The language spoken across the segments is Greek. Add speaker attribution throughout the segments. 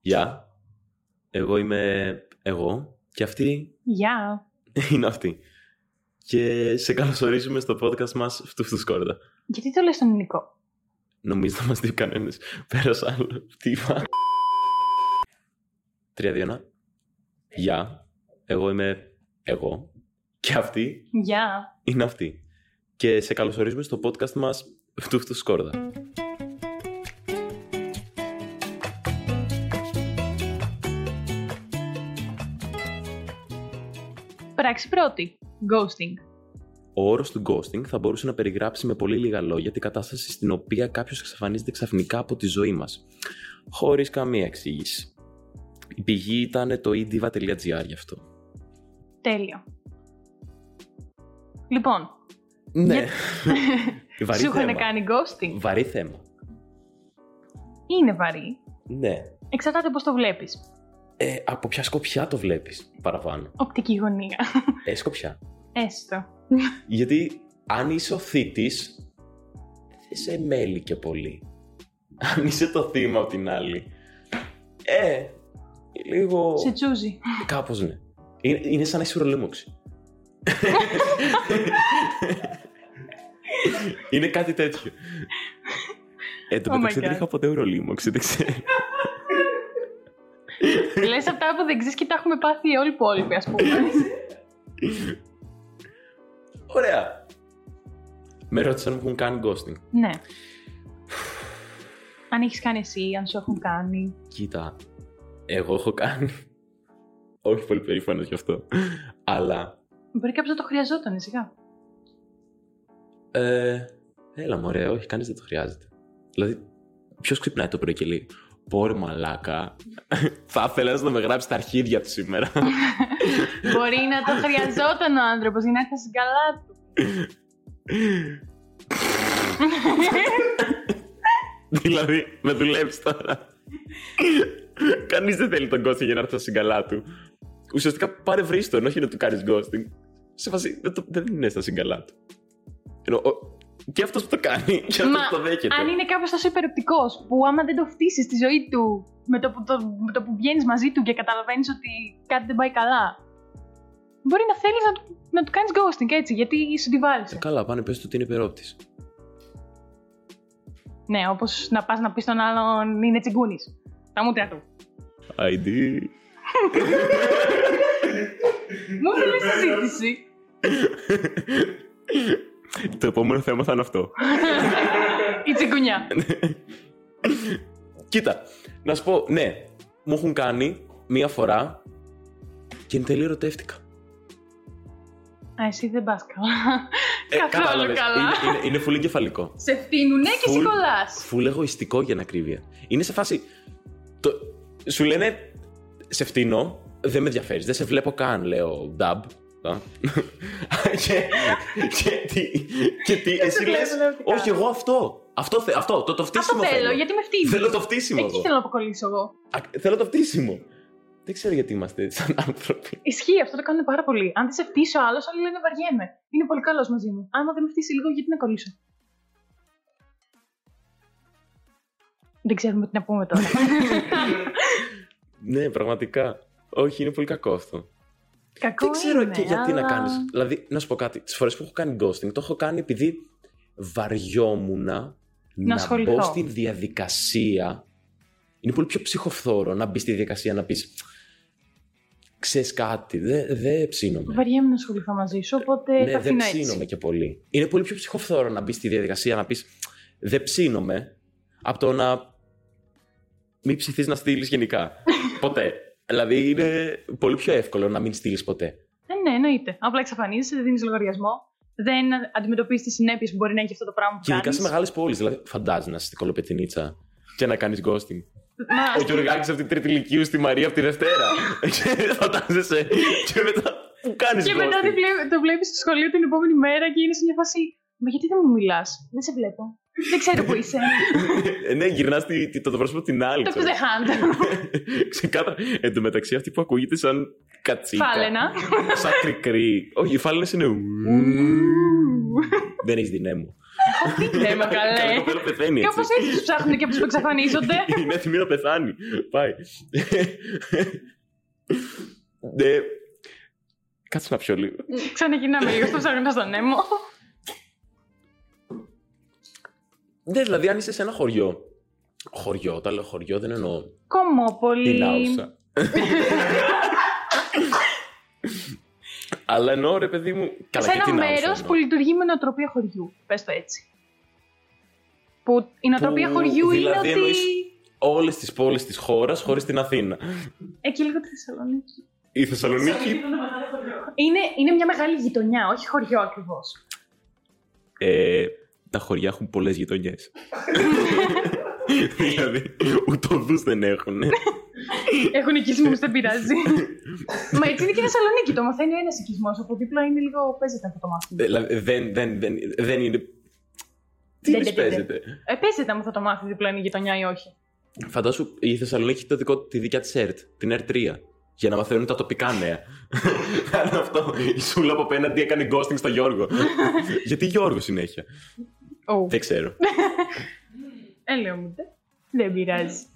Speaker 1: Γεια. Εγώ είμαι εγώ και αυτή
Speaker 2: Γεια.
Speaker 1: είναι αυτή. Και σε καλωσορίζουμε στο podcast μας Φτουφτουσκόρδα.
Speaker 2: Γιατί το λες στον ελληνικό.
Speaker 1: Νομίζω να μας δει κανένας. Πέρασα άλλο. Τι είπα. Τρία, δύο, ένα. Γεια. Εγώ είμαι εγώ. Και αυτή
Speaker 2: Γεια.
Speaker 1: είναι αυτή. Και σε καλωσορίζουμε στο podcast μας Φτουφτουσκόρδα.
Speaker 2: Πράξη πρώτη. Ghosting.
Speaker 1: Ο όρος του ghosting θα μπορούσε να περιγράψει με πολύ λίγα λόγια την κατάσταση στην οποία κάποιος εξαφανίζεται ξαφνικά από τη ζωή μας. Χωρίς καμία εξήγηση. Η πηγή ήταν το ediva.gr γι' αυτό.
Speaker 2: Τέλειο. Λοιπόν,
Speaker 1: Ναι.
Speaker 2: σου
Speaker 1: Βαρύ
Speaker 2: είχαν
Speaker 1: θέμα.
Speaker 2: κάνει ghosting.
Speaker 1: Βαρύ θέμα.
Speaker 2: Είναι βαρύ.
Speaker 1: Ναι.
Speaker 2: Εξαρτάται πώς το βλέπεις.
Speaker 1: Ε, από ποια σκοπιά το βλέπεις παραπάνω.
Speaker 2: Οπτική γωνία.
Speaker 1: Ε, σκοπιά.
Speaker 2: Έστω.
Speaker 1: Γιατί αν είσαι ο θήτης, δεν σε μέλει και πολύ. Αν είσαι το θύμα απ' την άλλη. Ε, λίγο.
Speaker 2: Σε τσούζει.
Speaker 1: Κάπως ναι. Είναι, είναι σαν να είσαι ουρολίμωξη. είναι κάτι τέτοιο. Ε, το
Speaker 2: Oh my
Speaker 1: μεταξύ δεν
Speaker 2: God.
Speaker 1: είχα ποτέ ουρολίμωξη, δεν ξέρω.
Speaker 2: Λες αυτά που δεν ξέρεις και τα έχουμε πάθει όλοι οι υπόλοιποι ας πούμε.
Speaker 1: Ωραία. Με ρώτησαν αν μου έχουν κάνει ghosting.
Speaker 2: ναι. Αν έχεις κάνει εσύ, αν σου έχουν κάνει.
Speaker 1: Κοίτα, εγώ έχω κάνει. Όχι πολύ περήφανος γι' αυτό. Αλλά.
Speaker 2: Μπορεί κάποιος να το χρειαζόταν, σιγά.
Speaker 1: Ε, έλα μωρέ, όχι, κανείς δεν το χρειάζεται. Δηλαδή, ποιος ξυπνάει το πρωί και λέει «Πόρε μαλάκα, θα ήθελες να με γράψεις τα αρχίδια του σήμερα».
Speaker 2: Μπορεί να το χρειαζόταν ο άνθρωπος για να έρθει καλά του.
Speaker 1: δηλαδή, να δουλέψει τώρα. Κανείς δεν θέλει τον ghosting για να έρθει στην καλά του. Ουσιαστικά πάρε βρεις τον, όχι να του κάνεις ghosting. Σε φάση, δεν, το- δεν είναι στα συγκαλά του. Ενώ, ο- και αυτός που το κάνει, και αυτός
Speaker 2: Μα,
Speaker 1: που το δέχεται.
Speaker 2: Αν είναι κάποιο τόσο υπεροπτικός που άμα δεν το φτύσει στη ζωή του με το που, το, με το που βγαίνεις μαζί του και καταλαβαίνεις ότι κάτι δεν πάει καλά, μπορεί να θέλεις να, του- να του κάνεις ghosting έτσι, γιατί σου τη
Speaker 1: Ε,
Speaker 2: βάλει.
Speaker 1: καλά, πάνε πες του ότι είναι υπερόπτης.
Speaker 2: Ναι, όπως να πας να πεις στον άλλον είναι τσιγκούνης. Τα μούτρα του.
Speaker 1: ID.
Speaker 2: Μου έφερε συζήτηση.
Speaker 1: το επόμενο θέμα θα είναι αυτό.
Speaker 2: Η τσιγκουνιά.
Speaker 1: Κοίτα, να σου πω, ναι, μου έχουν κάνει μία φορά και εν τέλει ερωτεύτηκα.
Speaker 2: Α, εσύ δεν πας καλά. Καθόλου
Speaker 1: Ε, κατάλαβες,
Speaker 2: καλά.
Speaker 1: Είναι, είναι, είναι φουλ εγκεφαλικό.
Speaker 2: Σε φτύνουνε Ναι, και
Speaker 1: Full.
Speaker 2: σε κολλά.
Speaker 1: Φουλ εγωιστικό για να ακρίβεια. Είναι σε φάση. Το, σου λένε σε φτύνω, δεν με ενδιαφέρεις, δεν σε βλέπω καν, λέω dub. Α. και, και, τι, και τι, εσύ
Speaker 2: βλέπω
Speaker 1: λες,
Speaker 2: ερωτικά.
Speaker 1: όχι εγώ αυτό, αυτό, θε- αυτό το, το
Speaker 2: Αυτό
Speaker 1: φτύσιμο
Speaker 2: θέλω, γιατί με φτύνει.
Speaker 1: Θέλω το φτύσιμο
Speaker 2: Εκεί
Speaker 1: εγώ.
Speaker 2: θέλω να αποκολλήσω εγώ.
Speaker 1: Α, Θέλω το φτύσιμο. Δεν ξέρω γιατί είμαστε έτσι σαν άνθρωποι.
Speaker 2: Ισχύει, αυτό το κάνουν πάρα πολύ. Αν δεν σε φτύσει ο άλλο, όλοι λένε βαριέμαι. Είναι πολύ καλός μαζί μου. Άμα δεν με φτύσει λίγο, γιατί να κολλήσω. Δεν ξέρουμε τι να πούμε τώρα.
Speaker 1: Ναι, πραγματικά. Όχι, είναι πολύ κακό αυτό.
Speaker 2: Κακό
Speaker 1: Δεν ξέρω
Speaker 2: είναι,
Speaker 1: και γιατί
Speaker 2: αλλά-
Speaker 1: να κάνεις. Δηλαδή, να σου πω κάτι. Τις φορές που έχω κάνει ghosting, το έχω κάνει επειδή βαριόμουν να,
Speaker 2: ασχοληθώ.
Speaker 1: μπω στη διαδικασία. Είναι πολύ πιο ψυχοφθόρο να μπει στη διαδικασία να πεις. Ξέρεις κάτι, δεν δε ψήνομαι.
Speaker 2: Βαριέμαι να ασχοληθώ μαζί σου, οπότε
Speaker 1: ναι,
Speaker 2: τα
Speaker 1: δεν
Speaker 2: ε, αφήνω
Speaker 1: ψήνομαι
Speaker 2: έτσι.
Speaker 1: και πολύ. Είναι πολύ πιο ψυχοφθόρο να μπεις στη διαδικασία να πεις Δεν ψήνομαι από το να μην ψηθείς να στείλεις γενικά. ποτέ. Δηλαδή είναι πολύ πιο εύκολο να μην στείλεις ποτέ.
Speaker 2: Ε, ναι, εννοείται. Απλά εξαφανίζεσαι, δεν δίνεις λογαριασμό. Δεν αντιμετωπίζεις τις συνέπειες που μπορεί να έχει αυτό το πράγμα που
Speaker 1: Και ειδικά
Speaker 2: κάνεις.
Speaker 1: σε μεγάλες πόλεις. Δηλαδή, φαντάζεσαι να είσαι στην Κολοπετινίτσα και να κάνεις ghosting. Ο Γιουργάκη από την Τρίτη Λυκείου στη Μαρία από τη Δευτέρα. Και φαντάζεσαι. Και μετά. Που κάνεις
Speaker 2: Και μετά τη
Speaker 1: ghosting.
Speaker 2: βλέ- το βλέπεις στο σχολείο την επόμενη μέρα και είναι σε μια φάση. Μα γιατί δεν μου μιλάς, δεν σε βλέπω. Δεν ξέρω που είσαι.
Speaker 1: Ε, ναι, γυρνά το, το πρόσωπο την άλλη.
Speaker 2: Το
Speaker 1: ξέρω.
Speaker 2: πήρε χάντα.
Speaker 1: Ξεκάθαρα. Εν τω μεταξύ, αυτή που ακούγεται σαν κατσίκα.
Speaker 2: Φάλαινα.
Speaker 1: Σαν κρικρή. Όχι, οι φάλαινες είναι. ου. Δεν έχεις δυνέμου.
Speaker 2: Έχω τι θέμα
Speaker 1: Καλά,
Speaker 2: Ναι, καλέ.
Speaker 1: κοπέλα πεθαίνει
Speaker 2: Κάπω
Speaker 1: έτσι.
Speaker 2: έτσι τους ψάχνουν και του εξαφανίζονται.
Speaker 1: Είναι έτοιμη να πεθάνει. Πάει. Ναι. Κάτσε να πιω λίγο.
Speaker 2: Ξαναγυρνάμε λίγο στο ψάχνω στον έμο.
Speaker 1: Ναι, δηλαδή αν είσαι σε ένα χωριό. Χωριό, όταν λέω χωριό δεν εννοώ
Speaker 2: Κομμόπολη.
Speaker 1: την Λάουσα. Αλλά εννοώ ρε παιδί μου. Καλά,
Speaker 2: σε
Speaker 1: και
Speaker 2: ένα
Speaker 1: την Άουσα ναι.
Speaker 2: μέρος
Speaker 1: εννοώ.
Speaker 2: που λειτουργεί με νοοτροπία χωριού. Πες το έτσι. Που η νοοτροπία
Speaker 1: Που
Speaker 2: χωριού είναι
Speaker 1: δηλαδή
Speaker 2: ότι.
Speaker 1: εννοείς- Όλες τις πόλεις της χώρας χωρίς την Αθήνα.
Speaker 2: Εκεί λίγο τη Θεσσαλονίκη.
Speaker 1: Η Θεσσαλονίκη.
Speaker 2: Είναι, είναι μια μεγάλη γειτονιά, όχι χωριό ακριβώς.
Speaker 1: Ε, τα χωριά έχουν πολλές γειτονιές. δηλαδή, ούτε οδού δεν έχουν.
Speaker 2: Έχουν οικισμούς, δεν πειράζει. Μα έτσι είναι και η Θεσσαλονίκη. Το μαθαίνει ένας οικισμός. Από δίπλα είναι λίγο. Παίζεται αυτό το μάθημα.
Speaker 1: δηλαδή, δεν, δεν, δεν, δεν είναι. Τι
Speaker 2: Δεν
Speaker 1: της
Speaker 2: παίζεται.
Speaker 1: παίζεται.
Speaker 2: Ε, παίζεται αν θα το μάθει δίπλα είναι η γειτονιά ή όχι.
Speaker 1: Φαντάσου, η Θεσσαλονίκη έχει το δικό, τη δικιά της ΕΡΤ, την ΕΡΤ3. Για να μαθαίνουν τα τοπικά νέα. Κάνε αυτό. Η Σούλα από απέναντι έκανε ghosting στο Γιώργο. Γιατί Γιώργος συνέχεια.
Speaker 2: Ω,
Speaker 1: Δεν ξέρω.
Speaker 2: Ε, λέω μου τε. Δεν πειράζει.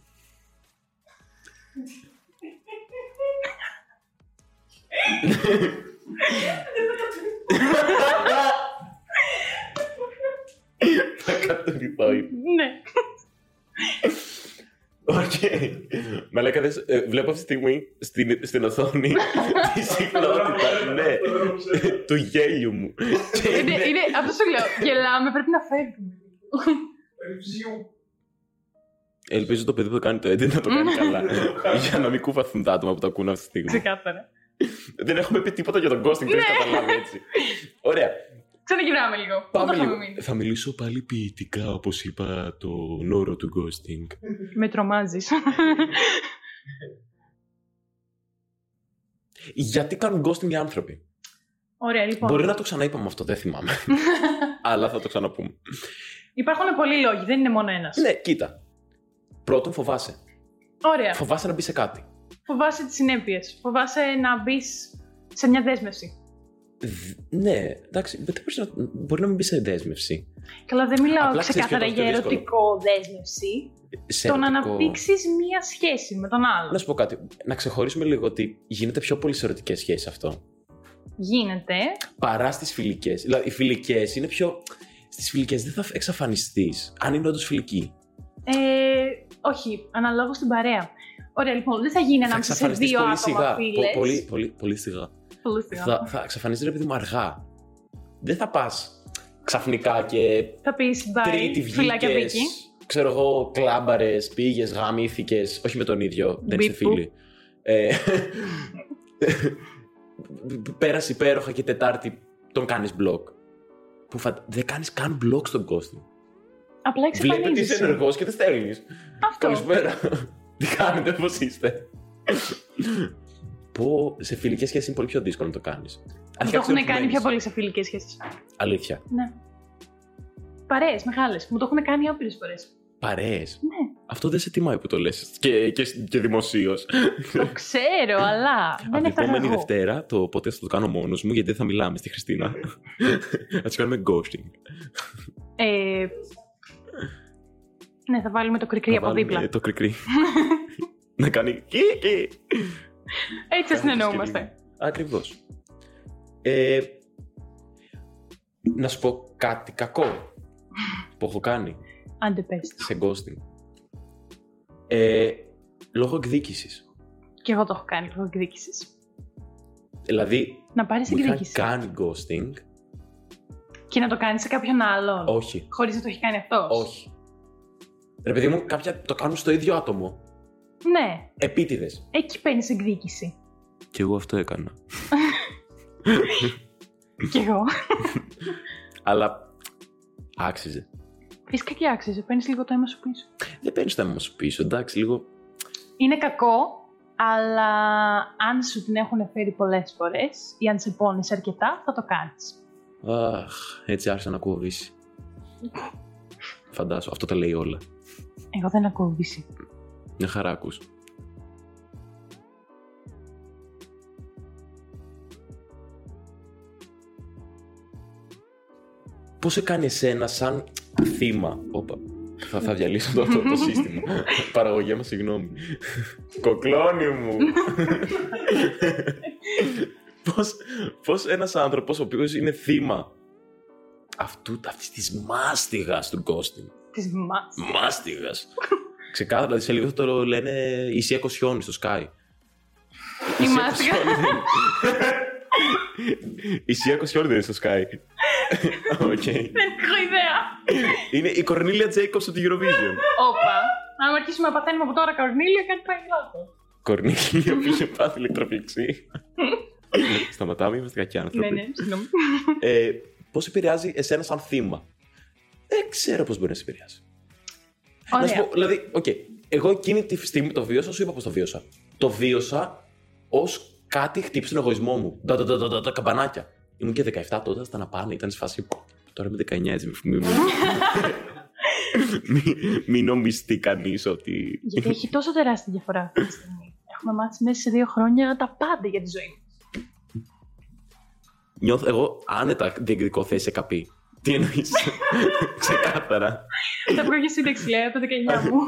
Speaker 1: Θα κατουρηθώ. ήδη.
Speaker 2: ναι.
Speaker 1: Οκ. Μαλάκα, δες, ε, βλέπω αυτή τη στιγμή στην, στην οθόνη τη συχνότητα, ναι, του γέλιου μου. Και
Speaker 2: είναι,
Speaker 1: είναι-
Speaker 2: είναι, αυτό σου λέω. Γελάμε, πρέπει να φεύγουμε.
Speaker 1: Ελπίζω το παιδί που το κάνει το edit να το κάνει καλά. για να μην κουβαθούν τα άτομα που το ακούν αυτή τη στιγμή.
Speaker 2: Ξεκάθαρα.
Speaker 1: Δεν έχουμε πει τίποτα για τον Ghosting, δεν
Speaker 2: Ναι.
Speaker 1: καταλάβει έτσι. Ωραία.
Speaker 2: Ξαναγυρνάμε λίγο. Πού
Speaker 1: Πάμε
Speaker 2: το είχαμε
Speaker 1: λίγο.
Speaker 2: μείνει.
Speaker 1: Θα μιλήσω πάλι ποιητικά, όπως είπα, τον όρο του Ghosting.
Speaker 2: Με τρομάζεις.
Speaker 1: Γιατί κάνουν Ghosting οι άνθρωποι.
Speaker 2: Ωραία, λοιπόν.
Speaker 1: Μπορεί να το ξαναείπαμε αυτό, δεν θυμάμαι. Αλλά θα το ξαναπούμε.
Speaker 2: Υπάρχουν πολλοί λόγοι, δεν είναι μόνο ένας.
Speaker 1: Ναι, κοίτα. Πρώτον, φοβάσαι.
Speaker 2: Ωραία.
Speaker 1: Φοβάσαι να μπει σε κάτι.
Speaker 2: Φοβάσαι τις συνέπειες. Φοβάσαι να μπεις σε μια δέσμευση.
Speaker 1: Δ- Ναι, εντάξει, δεν μπορείς να, μπορεί να μην μπει σε δέσμευση.
Speaker 2: Καλά, δεν μιλάω
Speaker 1: Απλά ξέρεις
Speaker 2: ξεκάθαρα
Speaker 1: ποιο είναι το
Speaker 2: για
Speaker 1: πιο δύσκολο.
Speaker 2: ερωτικό δέσμευση.
Speaker 1: Σε
Speaker 2: Το να
Speaker 1: ερωτικό-
Speaker 2: αναπτύξεις μία σχέση με τον
Speaker 1: Να
Speaker 2: άλλον.
Speaker 1: σου πω κάτι. Να ξεχωρίσουμε λίγο ότι γίνεται πιο πολύ σε ερωτικές σχέσεις αυτό. Ναι.
Speaker 2: Γίνεται.
Speaker 1: Παρά στις φιλικές. Δηλαδή, οι φιλικές είναι πιο. Στις φιλικές δεν θα εξαφανιστείς. Αν είναι όντως φιλική.
Speaker 2: Ε, όχι, αναλόγως στην παρέα. Ωραία, λοιπόν, δεν θα γίνει
Speaker 1: θα
Speaker 2: ανάμεσα σε
Speaker 1: εξαφανιστείς
Speaker 2: δύο
Speaker 1: πολύ
Speaker 2: άτομα
Speaker 1: σιγά.
Speaker 2: φίλε.
Speaker 1: Πο- πολύ, πολύ, πολύ σιγά.
Speaker 2: Πολύ σιγά.
Speaker 1: Θα, θα εξαφανιστεί, ρε παιδί μου, αργά. Δεν θα πας ξαφνικά και
Speaker 2: Θα πεις
Speaker 1: Τρίτη
Speaker 2: bye, φυλάκια
Speaker 1: βγήκε.
Speaker 2: Βίκυ.
Speaker 1: Ξέρω εγώ, κλάμπαρες, πήγες, γαμήθηκες. Όχι με τον ίδιο, δεν είσαι
Speaker 2: Μπιπ, μπουπ.
Speaker 1: φίλη. Ε, Πέρασε υπέροχα και Τετάρτη τον κάνεις μπλοκ. Που φαν- δεν κάνεις καν μπλοκ στον κόσμο.
Speaker 2: Απλά
Speaker 1: Βλέπετε ότι
Speaker 2: εξαφανίζεσαι.
Speaker 1: είσαι ενεργός και δεν στέλνεις.
Speaker 2: Αυτό.
Speaker 1: Καλησπέρα. Τι κάνετε, πώς είστε. Που σε φιλικές σχέσεις είναι πολύ πιο δύσκολο να το κάνεις.
Speaker 2: Το έχουν κάνει πιο πολύ σε φιλικές σχέσεις.
Speaker 1: Αλήθεια.
Speaker 2: Ναι. Παρέες, μεγάλες. Μου το έχουν κάνει άπειρε φορές.
Speaker 1: Παρέες.
Speaker 2: Ναι,
Speaker 1: Αυτό δεν σε τιμάει που το λες. Και, και, και δημοσίως.
Speaker 2: το ξέρω, αλλά δεν
Speaker 1: Από την
Speaker 2: έφτανα
Speaker 1: επόμενη
Speaker 2: εγώ.
Speaker 1: Δευτέρα το ποτέ θα το κάνω μόνος μου γιατί δεν θα μιλάμε στη Χριστίνα. θα τη κάνουμε ghosting.
Speaker 2: Ε, ναι, θα βάλουμε το κρικρί
Speaker 1: Να
Speaker 2: από
Speaker 1: βάλουμε, ε,
Speaker 2: δίπλα.
Speaker 1: Το κρικρί. να κάνει. Κι, κι.
Speaker 2: Έτσι θα συνεννοούμαστε.
Speaker 1: Ακριβώς. Ε, να σου πω κάτι κακό που έχω κάνει
Speaker 2: Άντε πες. το.
Speaker 1: σε ghosting. Ε, λόγω εκδίκησης.
Speaker 2: Κι εγώ το έχω κάνει λόγω εκδίκησης.
Speaker 1: Δηλαδή,
Speaker 2: Να πάρεις
Speaker 1: μου είχαν
Speaker 2: Ε, εκδίκηση.
Speaker 1: κάνει ghosting.
Speaker 2: Και να το κάνεις σε κάποιον άλλον.
Speaker 1: Όχι.
Speaker 2: Χωρίς να το έχει κάνει αυτός.
Speaker 1: Όχι. Ρε παιδί μου, κάποια το κάνουν στο ίδιο άτομο.
Speaker 2: Ναι,
Speaker 1: Επίτηδες.
Speaker 2: εκεί παίρνεις εκδίκηση.
Speaker 1: Και εγώ αυτό έκανα.
Speaker 2: Κι εγώ.
Speaker 1: Αλλά άξιζε.
Speaker 2: Φυσικά και άξιζε. Παίρνεις λίγο το αίμα σου πίσω.
Speaker 1: Δεν παίρνεις το αίμα σου πίσω, εντάξει, λίγο.
Speaker 2: Είναι κακό, αλλά αν σου την έχουν φέρει πολλές φορές ή αν σε πόνεσαι αρκετά, θα το κάνεις.
Speaker 1: Αχ, έτσι άρχισα να ακούω βύση. Φαντάσου, αυτό τα λέει όλα.
Speaker 2: Εγώ δεν ακούω βύση.
Speaker 1: Μια χαρά ακούς. Πώς σε κάνει εσένα σαν θύμα. Όπα. Θα, θα διαλύσω το, αυτό το σύστημα. Παραγωγή μας, συγγνώμη. Κοκλώνη μου. πώς, πώς ένας άνθρωπος ο οποίος είναι θύμα αυτού, αυτής της μάστιγας του Γκόστιν.
Speaker 2: Της μας.
Speaker 1: Μάστιγας. Ξεκάθαρα, δηλαδή σε λίγο θα το λένε Ισία Κοσιόνι στο Sky.
Speaker 2: Η μάστιγα.
Speaker 1: Ισία Κοσιόνι δεν είναι στο Sky. Οκ.
Speaker 2: Δεν έχω ιδέα.
Speaker 1: Είναι η Κορνίλια Τζέικοψ από την Eurovision.
Speaker 2: Όπα. Αν αρχίσουμε να παθαίνουμε από τώρα Κορνίλια, κάτι πάει λάθος.
Speaker 1: Κορνίλια που είχε πάθει ηλεκτροπληξή. Σταματάμε, είμαστε κακιά
Speaker 2: Ναι,
Speaker 1: άνθρωποι.
Speaker 2: ναι, συγγνώμη.
Speaker 1: ε, πώς επηρεάζει εσένα σαν θύμα. Δεν ξέρω πώς μπορεί να σε επηρεάσει. Να σου
Speaker 2: Ωραία.
Speaker 1: πω, δηλαδή, οκ, εγώ εκείνη τη στιγμή το βίωσα, σου είπα πώ το βίωσα. Το βίωσα ως κάτι χτύπησε τον εγωισμό μου. Τα, τα, τα, τα, τα, τα καμπανάκια. Ήμουν και 17 τότε, ήταν να πάνε, ήταν σε φάση. «Πω, Τώρα είμαι 19, έτσι μη- μη- μη- Μη- Μην νομιστεί κανείς ότι.
Speaker 2: Γιατί έχει τόσο τεράστια διαφορά αυτή τη στιγμή. Έχουμε μάθει μέσα σε δύο χρόνια τα πάντα για τη ζωή μας.
Speaker 1: Νιώθω εγώ άνετα διεκδικώ θέση σε καπί. Τι εννοείς. Ξεκάθαρα.
Speaker 2: Θα βγω για σύνταξη, λέει, από το 19 μου.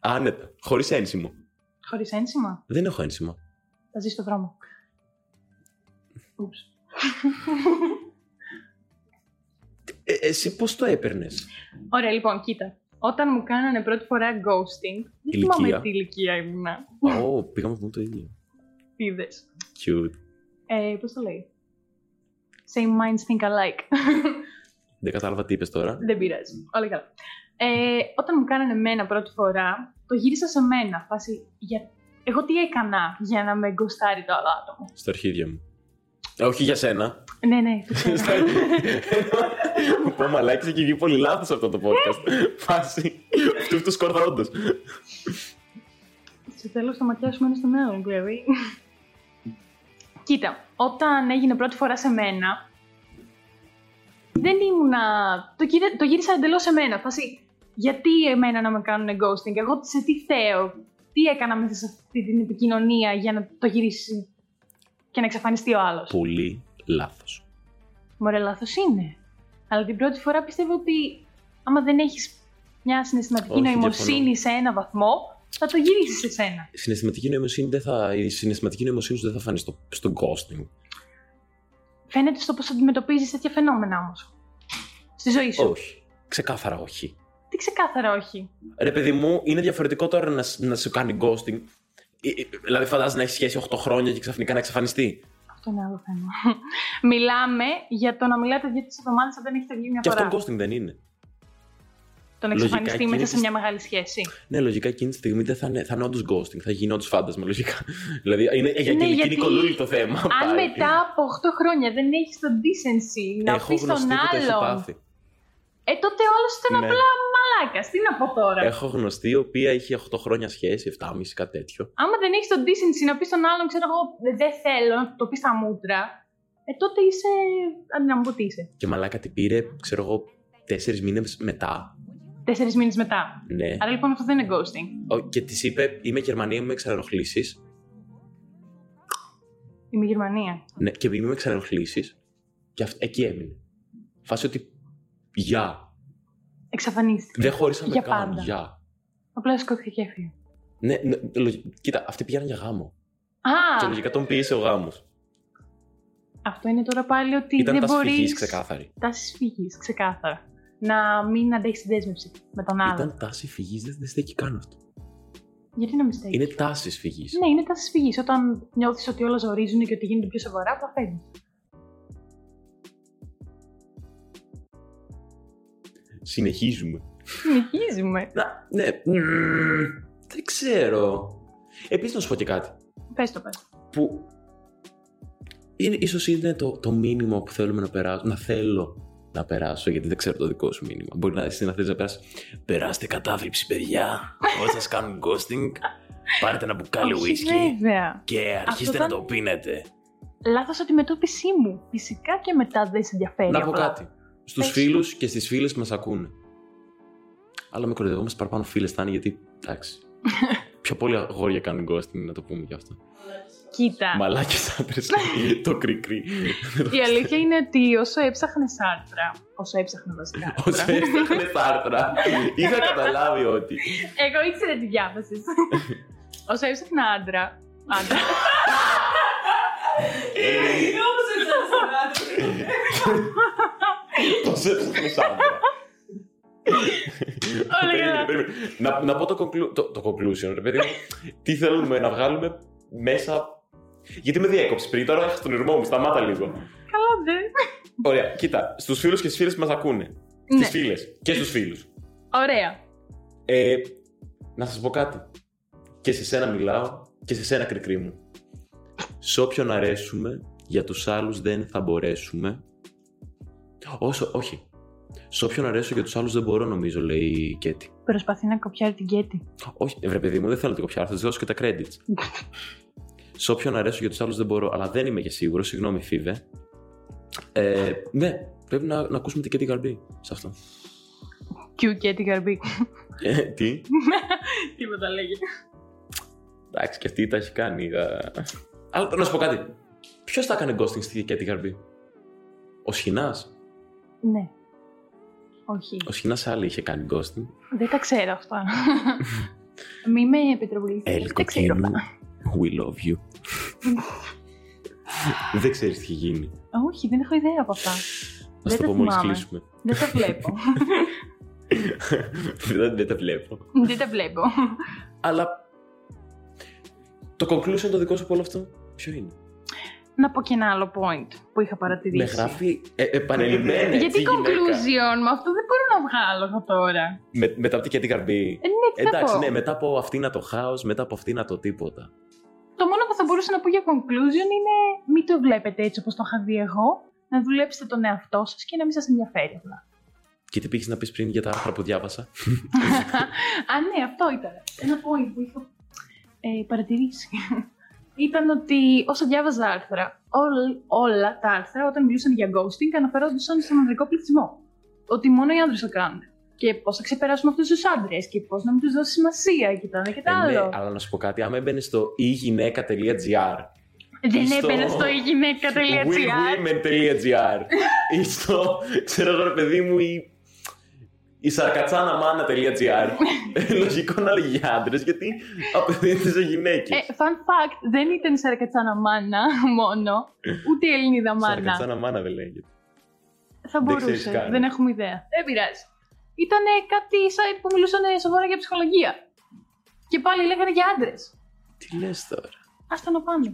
Speaker 1: Άνετα. Χωρίς ένσημο.
Speaker 2: Χωρίς ένσημα,
Speaker 1: Δεν έχω ένσημο.
Speaker 2: θα ζεις στον δρόμο. Ούψ.
Speaker 1: Ε, εσύ πώς το έπαιρνες.
Speaker 2: Ωραία, λοιπόν, κοίτα. Όταν μου κάνανε πρώτη φορά ghosting, δεν
Speaker 1: Ηλικία.
Speaker 2: θυμάμαι τι ηλικία ήμουνα.
Speaker 1: Ω, πήγαμε από το ίδιο.
Speaker 2: Είδες.
Speaker 1: Cute.
Speaker 2: Ε, Πώς το λέει. Same minds think alike.
Speaker 1: Δεν κατάλαβα τι είπες τώρα.
Speaker 2: δεν πειράζει. Όλα καλά. Ε, όταν μου κάνανε εμένα πρώτη φορά, το γύρισα σε μένα. Φάση, για... Εγώ τι έκανα για να με γκοστάρει το άλλο άτομο.
Speaker 1: Στα αρχίδια μου. Ε, όχι για σένα.
Speaker 2: Ναι, ναι, το ξέρω.
Speaker 1: Στα- Πω μαλάκι, έχει βγει πολύ λάθος αυτό το podcast. Φάση. Του το σκόρδα, όντω.
Speaker 2: Στο τέλος θα ματιάσουμε ένα στον άλλον, δηλαδή. Κοίτα, όταν έγινε πρώτη φορά σε μένα, δεν ήμουνα... Το, κοίτα- το γύρισα εντελώς σε μένα. Φάση, γιατί εμένα να με κάνουν ghosting, εγώ σε τι θέω, τι έκανα μέσα σε αυτή την επικοινωνία για να το γυρίσει και να εξαφανιστεί ο άλλος.
Speaker 1: Πολύ λάθος.
Speaker 2: Μωρέ, λάθος είναι. Αλλά την πρώτη φορά πιστεύω ότι άμα δεν έχεις μια συναισθηματική
Speaker 1: Όχι,
Speaker 2: νοημοσύνη σε ένα βαθμό, θα το γυρίσεις σε σένα.
Speaker 1: Η συναισθηματική νοημοσύνη, δεν θα, η συναισθηματική νοημοσύνη σου δεν θα φανεί στο, στο ghosting.
Speaker 2: Φαίνεται στο πώς αντιμετωπίζεις τέτοια φαινόμενα όμως. Στη ζωή σου.
Speaker 1: Όχι. Ξεκάθαρα όχι.
Speaker 2: Τι ξεκάθαρα όχι.
Speaker 1: Ρε παιδί μου, είναι διαφορετικό τώρα να, σ- να σου κάνει ghosting. Ε, ε, Δηλαδή, φαντάζεσαι να έχει σχέση 8 χρόνια και ξαφνικά να εξαφανιστεί.
Speaker 2: Αυτό είναι άλλο θέμα. Μιλάμε για το να μιλάτε δύο τι εβδομάδες αν δεν έχετε βγει μια
Speaker 1: Και
Speaker 2: φορά.
Speaker 1: αυτό ghosting δεν είναι.
Speaker 2: Το να
Speaker 1: λογικά
Speaker 2: εξαφανιστεί
Speaker 1: γίνεται
Speaker 2: μέσα σε
Speaker 1: στις-
Speaker 2: μια μεγάλη σχέση.
Speaker 1: Ναι, λογικά εκείνη τη στιγμή δεν θα είναι, θα είναι όντως ghosting. Θα γίνει όντως φάντασμα, λογικά. δηλαδή, είναι, για την
Speaker 2: Ναι, γιατί-
Speaker 1: γιατί... κολούλη το θέμα.
Speaker 2: Αν
Speaker 1: πάει.
Speaker 2: μετά από 8 χρόνια δεν έχεις τον decency να
Speaker 1: Έχω
Speaker 2: πεις τον
Speaker 1: γνωστή που το έχει
Speaker 2: άλλον.
Speaker 1: πάθει.
Speaker 2: Ε, τότε όλο ήταν
Speaker 1: Ναι.
Speaker 2: απλά μαλάκας. Τι να πω τώρα.
Speaker 1: Έχω γνωστή η οποία είχε 8 χρόνια σχέση, 7,5 κάτι τέτοιο.
Speaker 2: Άμα δεν έχεις τον decency να πεις στον άλλον, ξέρω εγώ, «Δε- δεν θέλω να του το πεις στα μούτρα. Ε, τότε είσαι. Αντί να μου πω τι είσαι.
Speaker 1: Και μαλάκα την πήρε, ξέρω εγώ, 4 μήνες μετά.
Speaker 2: Τέσσερις μήνες μετά.
Speaker 1: Ναι.
Speaker 2: Άρα λοιπόν αυτό δεν είναι ghosting.
Speaker 1: Ο- Και της είπε: Είμαι Γερμανία, μην με ξαναενοχλήσεις.
Speaker 2: Είμαι Γερμανία.
Speaker 1: Ναι, και επειδή με ξαναενοχλήσεις, και αυ- εκεί έμεινε. Φάση ότι. Γεια.
Speaker 2: Εξαφανίστηκε.
Speaker 1: Δεν χωρίσαμε
Speaker 2: Για
Speaker 1: καν.
Speaker 2: πάντα.
Speaker 1: Γεια.
Speaker 2: Απλά σηκώθηκε και έφυγε.
Speaker 1: Ναι, ναι, λογι- κοίτα, αυτοί πήγαιναν για γάμο. Και
Speaker 2: Α!
Speaker 1: λογικά τον πίεσε ο γάμος.
Speaker 2: Αυτό είναι τώρα πάλι ότι
Speaker 1: Ήταν
Speaker 2: δεν
Speaker 1: τα
Speaker 2: μπορεί.
Speaker 1: σφυγή ξεκάθαρη.
Speaker 2: Τάση φυγής, ξεκάθαρα. Να μην αντέχεις τη δέσμευση με τον άλλον.
Speaker 1: Ήταν τάση φυγής, δεν, δεν στέκει καν αυτό.
Speaker 2: Γιατί να μην στέκει.
Speaker 1: Είναι τάση φυγής.
Speaker 2: Ναι, είναι τάση φυγής. Όταν νιώθεις ότι όλα ζορίζουν και ότι γίνεται πιο σοβαρά, απλά φεύγει. Ναι.
Speaker 1: Συνεχίζουμε.
Speaker 2: Συνεχίζουμε.
Speaker 1: Να, ναι. μμμ, δεν ξέρω. Επίσης να σου πω και κάτι.
Speaker 2: Πες το πες.
Speaker 1: που είναι, ίσως είναι το, το μήνυμα που θέλουμε να περάσω, να θέλω να περάσω, γιατί δεν ξέρω το δικό σου μήνυμα. Μπορεί να εσύ να θέλεις να περάσεις. Περάστε κατάθλιψη, παιδιά. Όσοι σας κάνουν ghosting, πάρετε ένα μπουκάλι whisky
Speaker 2: βέβαια.
Speaker 1: και αρχίστε
Speaker 2: ναι. ήταν-
Speaker 1: να το πίνετε.
Speaker 2: Λάθος αντιμετώπιση μου. Φυσικά και μετά δεν σε ενδιαφέρει.
Speaker 1: Να πω
Speaker 2: απλά.
Speaker 1: κάτι. Στους
Speaker 2: Ε, Πες.
Speaker 1: φίλους και στις φίλες που μας ακούνε. Αλλά με κοροϊδευόμαστε παραπάνω φίλες θα είναι γιατί, εντάξει. Ποιο πιο πολύ αγόρια κάνουν ghosting, να το πούμε κι αυτό.
Speaker 2: Κοίτα.
Speaker 1: Μαλάκες άντρες. το κρικρί.
Speaker 2: Η αλήθεια είναι ότι όσο έψαχνες άρθρα. Όσο έψαχνα βασικά.
Speaker 1: Όσο
Speaker 2: άρθρα,
Speaker 1: έφτιαχνε τα άρθρα, είχα καταλάβει ότι.
Speaker 2: Εγώ ήξερα τη διάβασης. όσο έψαχνα άντρα. Άντρα.
Speaker 1: ε,
Speaker 3: Όπως δεν ξέρω στον άντρα.
Speaker 1: Πώ έφτιαχνε άντρα.
Speaker 2: Όλα
Speaker 1: Περίμενε,
Speaker 2: καλά.
Speaker 1: περίμενε. Να, να πω το, conclu- το, το conclusion, ρε παιδί μου. Τι θέλουμε να βγάλουμε μέσα. Γιατί με διέκοψε πριν, τώρα έχασα τον ήρμό μου, σταμάτα λίγο.
Speaker 2: Καλά, δεν.
Speaker 1: Ωραία, κοίτα. Στους φίλους και στις φίλες που μας ακούνε. Στι
Speaker 2: Ναι.
Speaker 1: ναι. φίλες και στους φίλους.
Speaker 2: Ωραία.
Speaker 1: Ε, να σας πω κάτι. Και σε σένα μιλάω και σε σένα κρικρή μου. Σε όποιον αρέσουμε, για τους άλλους δεν θα μπορέσουμε. Όσο, όχι. Σε όποιον αρέσω για τους άλλους δεν μπορώ νομίζω, λέει η Κέτη.
Speaker 2: Προσπαθεί να κοπιάρει την Κέτη.
Speaker 1: Όχι, ε, βρε παιδί μου, δεν θέλω να το κοπιάρω, θα της δώσω και τα credits. Σε όποιον αρέσω για τους άλλους δεν μπορώ, αλλά δεν είμαι και σίγουρος, συγγνώμη Φίβε. Ε, ναι, πρέπει να, να ακούσουμε την Κέτη Γαρμπή σε αυτό.
Speaker 2: Κιου Κέτη Γαρμπή.
Speaker 1: Ε, τι,
Speaker 2: Τίποτα λέγει.
Speaker 1: Εντάξει, και αυτή τα έχει κάνει. τα- Αλλά να σου πω κάτι. Ποιος τα έκανε ghosting στη Κέτι Γαρμπή, Ο Σχοινάς.
Speaker 2: Ναι. Όχι.
Speaker 1: Ο Σχοινάς άλλη είχε κάνει ghosting.
Speaker 2: Δεν τα ξέρω αυτά. Μη με επιτροπολίσετε.
Speaker 1: Ελ
Speaker 2: Δεν τα ξέρω
Speaker 1: κοκκίνου.
Speaker 2: αυτά.
Speaker 1: We love you. Δεν ξέρεις τι έχει γίνει.
Speaker 2: Όχι, δεν έχω ιδέα από αυτά.
Speaker 1: Να
Speaker 2: Δεν
Speaker 1: σου το
Speaker 2: τα
Speaker 1: πω μόλις
Speaker 2: θυμάμαι.
Speaker 1: κλείσουμε.
Speaker 2: Δεν τα βλέπω.
Speaker 1: Δεν δεν τα βλέπω.
Speaker 2: Δεν τα βλέπω.
Speaker 1: Αλλά. Το conclusion το δικό σου από όλο αυτό, ποιο είναι.
Speaker 2: Να πω και ένα άλλο point που είχα
Speaker 1: Με
Speaker 2: παρατηρήσει.
Speaker 1: γράφει ε, επανελειμμένα. έτσι,
Speaker 2: Γιατί
Speaker 1: η γυναίκα.
Speaker 2: conclusion με αυτό δεν μπορώ να βγάλω εγώ τώρα.
Speaker 1: Με- μετά από την Κέτι Γαρμπή.
Speaker 2: Ε, ναι, τι θα
Speaker 1: Εντάξει,
Speaker 2: πω.
Speaker 1: ναι, μετά από αυτήν το χάο, μετά από αυτήν το τίποτα.
Speaker 2: Το μόνο που θα μπορούσα να πω για conclusion είναι μην το βλέπετε έτσι όπως το είχα δει εγώ. Να δουλέψετε τον εαυτό σας και να μην σας ενδιαφέρει απλά.
Speaker 1: Και τι πήγες να πεις πριν για τα άρθρα που διάβασα.
Speaker 2: Α, ναι, αυτό ήταν. Ένα point που είχα ε, παρατηρήσει. ήταν ότι όσο διάβαζα άρθρα, όλ- όλα τα άρθρα όταν μιλούσαν για ghosting αναφερόντουσαν στον ανδρικό πληθυσμό. Ότι μόνο οι άντρε το κάνουν. Και πώς θα ξεπεράσουμε αυτούς τους άντρες, και πώς να μην τους δώσει σημασία, και το ένα και το
Speaker 1: ναι,
Speaker 2: άλλο.
Speaker 1: αλλά να σου πω κάτι. Άμα έμπαινε στο ηγυναίκα.gr
Speaker 2: Δεν
Speaker 1: στο-
Speaker 2: έμπαινε στο ηγυναίκα.gr.
Speaker 1: winwomen.gr ή στο, ξέρω εγώ ρε παιδί μου, η, η σαρκατσάναμάνα.gr Λογικό να λέγει για άντρες, γιατί απευθύνεται σε
Speaker 2: Ε,
Speaker 1: γυναίκες.
Speaker 2: fun fact, δεν ήταν η Σαρκατσάνα Μάνα μόνο, ούτε η Ελληνίδα Μάνα.
Speaker 1: Σαρκατσάνα μάνα δεν λέγεται.
Speaker 2: Θα
Speaker 1: δεν ξέρεις
Speaker 2: μπορούσε,
Speaker 1: καν.
Speaker 2: δεν, έχουμε ιδέα. Δεν πειράζει. Ήταν κάτι site που μιλούσαν σοβαρά για ψυχολογία. Και πάλι λέγανε για άντρες.
Speaker 1: Τι λες τώρα.
Speaker 2: Άστα να πάμε.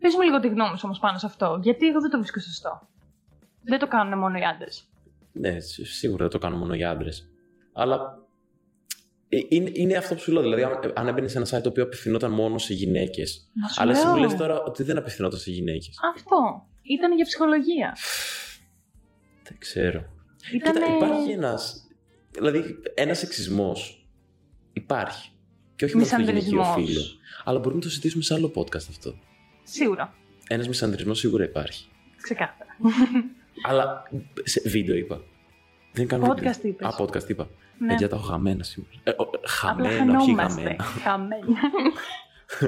Speaker 2: Πες μου λίγο τη γνώμη σου όμως πάνω σε αυτό, γιατί εγώ δεν το βρίσκω σωστό. Δεν το κάνουν μόνο οι άντρες.
Speaker 1: Ναι, σί- σίγουρα δεν το κάνω μόνο για άντρες. Αλλά ε, είναι, είναι αυτό που σου λέω. Δηλαδή, αν- ε, αν έμπαινε σε ένα site το οποίο απευθυνόταν μόνο σε γυναίκες.
Speaker 2: Μα σου
Speaker 1: Αλλά εσύ μου
Speaker 2: λέω.
Speaker 1: λες τώρα ότι δεν απευθυνόταν σε γυναίκες.
Speaker 2: Αυτό. Ήταν για ψυχολογία.
Speaker 1: Δεν ξέρω.
Speaker 2: Ήταν...
Speaker 1: Κοίτα, υπάρχει ένας. Δηλαδή, ένας σεξισμός υπάρχει. Και όχι μόνο στο γυναικείο
Speaker 2: Μισανδρισμός.
Speaker 1: φίλο. Αλλά μπορούμε να το συζητήσουμε σε άλλο podcast αυτό.
Speaker 2: Σίγουρα.
Speaker 1: Ένας μισανδρισμός σίγουρα υπάρχει.
Speaker 2: Ξεκάθαρα.
Speaker 1: Αλλά σε βίντεο είπα. Δεν κάνω βίντεο.
Speaker 2: Podcast είπες.
Speaker 1: Α, podcast είπα.
Speaker 2: Ναι.
Speaker 1: Παιδιά τα έχω χαμένα σίγουρα. Ε, ο-
Speaker 2: Απλά
Speaker 1: χαμένα, όχι
Speaker 2: χανόμαστε.
Speaker 1: χαμένα.
Speaker 2: Χαμένα.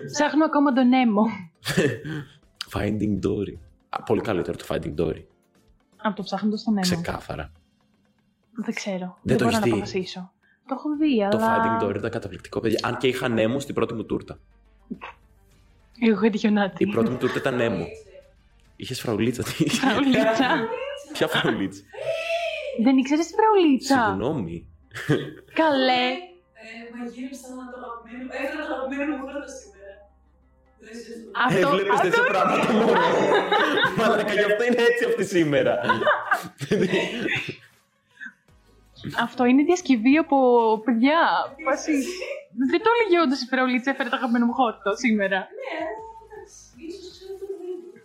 Speaker 2: Ψάχνω ακόμα τον έμο.
Speaker 1: Finding Dory. Α, πολύ καλύτερο το Finding
Speaker 2: Ναι,
Speaker 1: Dory.
Speaker 2: Αν το ψάχνω στον έμο.
Speaker 1: Ξεκάθαρα.
Speaker 2: Δεν ξέρω.
Speaker 1: Δεν
Speaker 2: Δεν,
Speaker 1: το
Speaker 2: μπορώ
Speaker 1: έχεις
Speaker 2: να
Speaker 1: δει.
Speaker 2: αποφασίσω. Το έχω δει, αλλά.
Speaker 1: Το Finding Dory ήταν καταπληκτικό, παιδιά. Αν και είχα νέμο στην πρώτη μου τούρτα.
Speaker 2: Εγώ είχα τη
Speaker 1: Η
Speaker 2: χιονάτη.
Speaker 1: πρώτη μου τούρτα ήταν νέμο. Είχες φραουλίτσα. τι?
Speaker 2: Φραουλίτσα.
Speaker 1: Ποια φραουλίτσα.
Speaker 2: Δεν ήξερες τη φραουλίτσα.
Speaker 1: Συγγνώμη.
Speaker 2: Καλέ.
Speaker 3: Ε, Μα γύρισα να το αγαπημένο. Έφερα το αγαπημένο μου χρόνο σήμερα. Δεν ξέρω.
Speaker 2: Αυτό.
Speaker 1: Έβλεπε τέτοια πράγματα μόνο. Μαλάκα, γι' αυτό είναι έτσι αυτή σήμερα.
Speaker 2: Αυτό είναι διασκευή από παιδιά. Βασί. Δεν το έλεγε όντως η φραουλίτσα έφερε το αγαπημένο μου χόρτο σήμερα.
Speaker 3: Ναι, εντάξει. Ίσως ξέρω το βίντεο.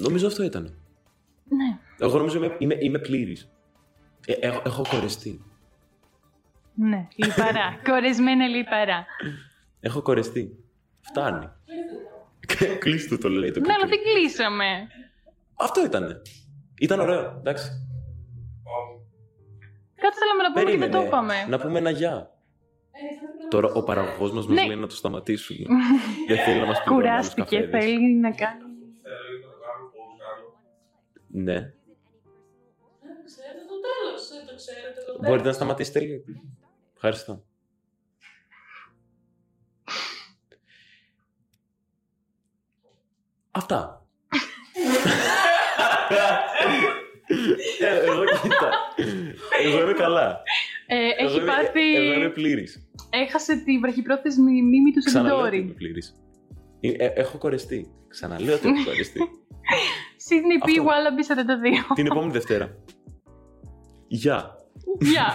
Speaker 1: Νομίζω αυτό ήταν.
Speaker 2: Ναι.
Speaker 1: Ε, Εγώ νομίζω είμαι, είμαι, είμαι πλήρης. έχω, έχω χωριστεί.
Speaker 2: Ναι, λιπαρά. Κορεσμένα λιπαρά.
Speaker 1: Έχω κορεστεί. Φτάνει.
Speaker 3: Κλείστε το.
Speaker 1: Κλείστο το λέει το
Speaker 2: Ναι, αλλά
Speaker 1: κριτήριο.
Speaker 2: δεν κλείσαμε.
Speaker 1: Αυτό ήτανε. Ήταν ωραίο, εντάξει.
Speaker 2: Κάτι θέλαμε να πούμε και δεν το είπαμε.
Speaker 1: Να πούμε ένα γεια.
Speaker 3: Ε, θα πρέπει να-
Speaker 1: Τώρα ο παραγωγός μας μα
Speaker 2: Ναι.
Speaker 1: λέει να το σταματήσουμε. δεν θέλει να μας πει.
Speaker 2: Κουράστηκε, θέλει να κάνει.
Speaker 1: Ναι.
Speaker 3: Ε, Ξέρετε το τέλος. Ε, το ξέρετε το τέλος.
Speaker 1: Μπορείτε να σταματήσετε λίγο. Ευχαριστώ. Αυτά. Ε, εγώ κοίτα. Εγώ είμαι καλά.
Speaker 2: Ε,
Speaker 1: Εγώ
Speaker 2: έχει
Speaker 1: είμαι-
Speaker 2: πάθει.
Speaker 1: Εγώ είμαι πλήρης.
Speaker 2: Έχασε τη βραχυπρόθεσμη μνήμη του
Speaker 1: Ξαναλέω ότι είμαι
Speaker 2: Σιντόρι.
Speaker 1: πλήρης. ε, Έχω κορεστεί. Ξαναλέω ότι έχω κορεστεί.
Speaker 2: Σίδνη Πι,
Speaker 1: Αυτό.
Speaker 2: Wallaby 42.
Speaker 1: Την επόμενη Δευτέρα. Γεια.
Speaker 2: Γεια.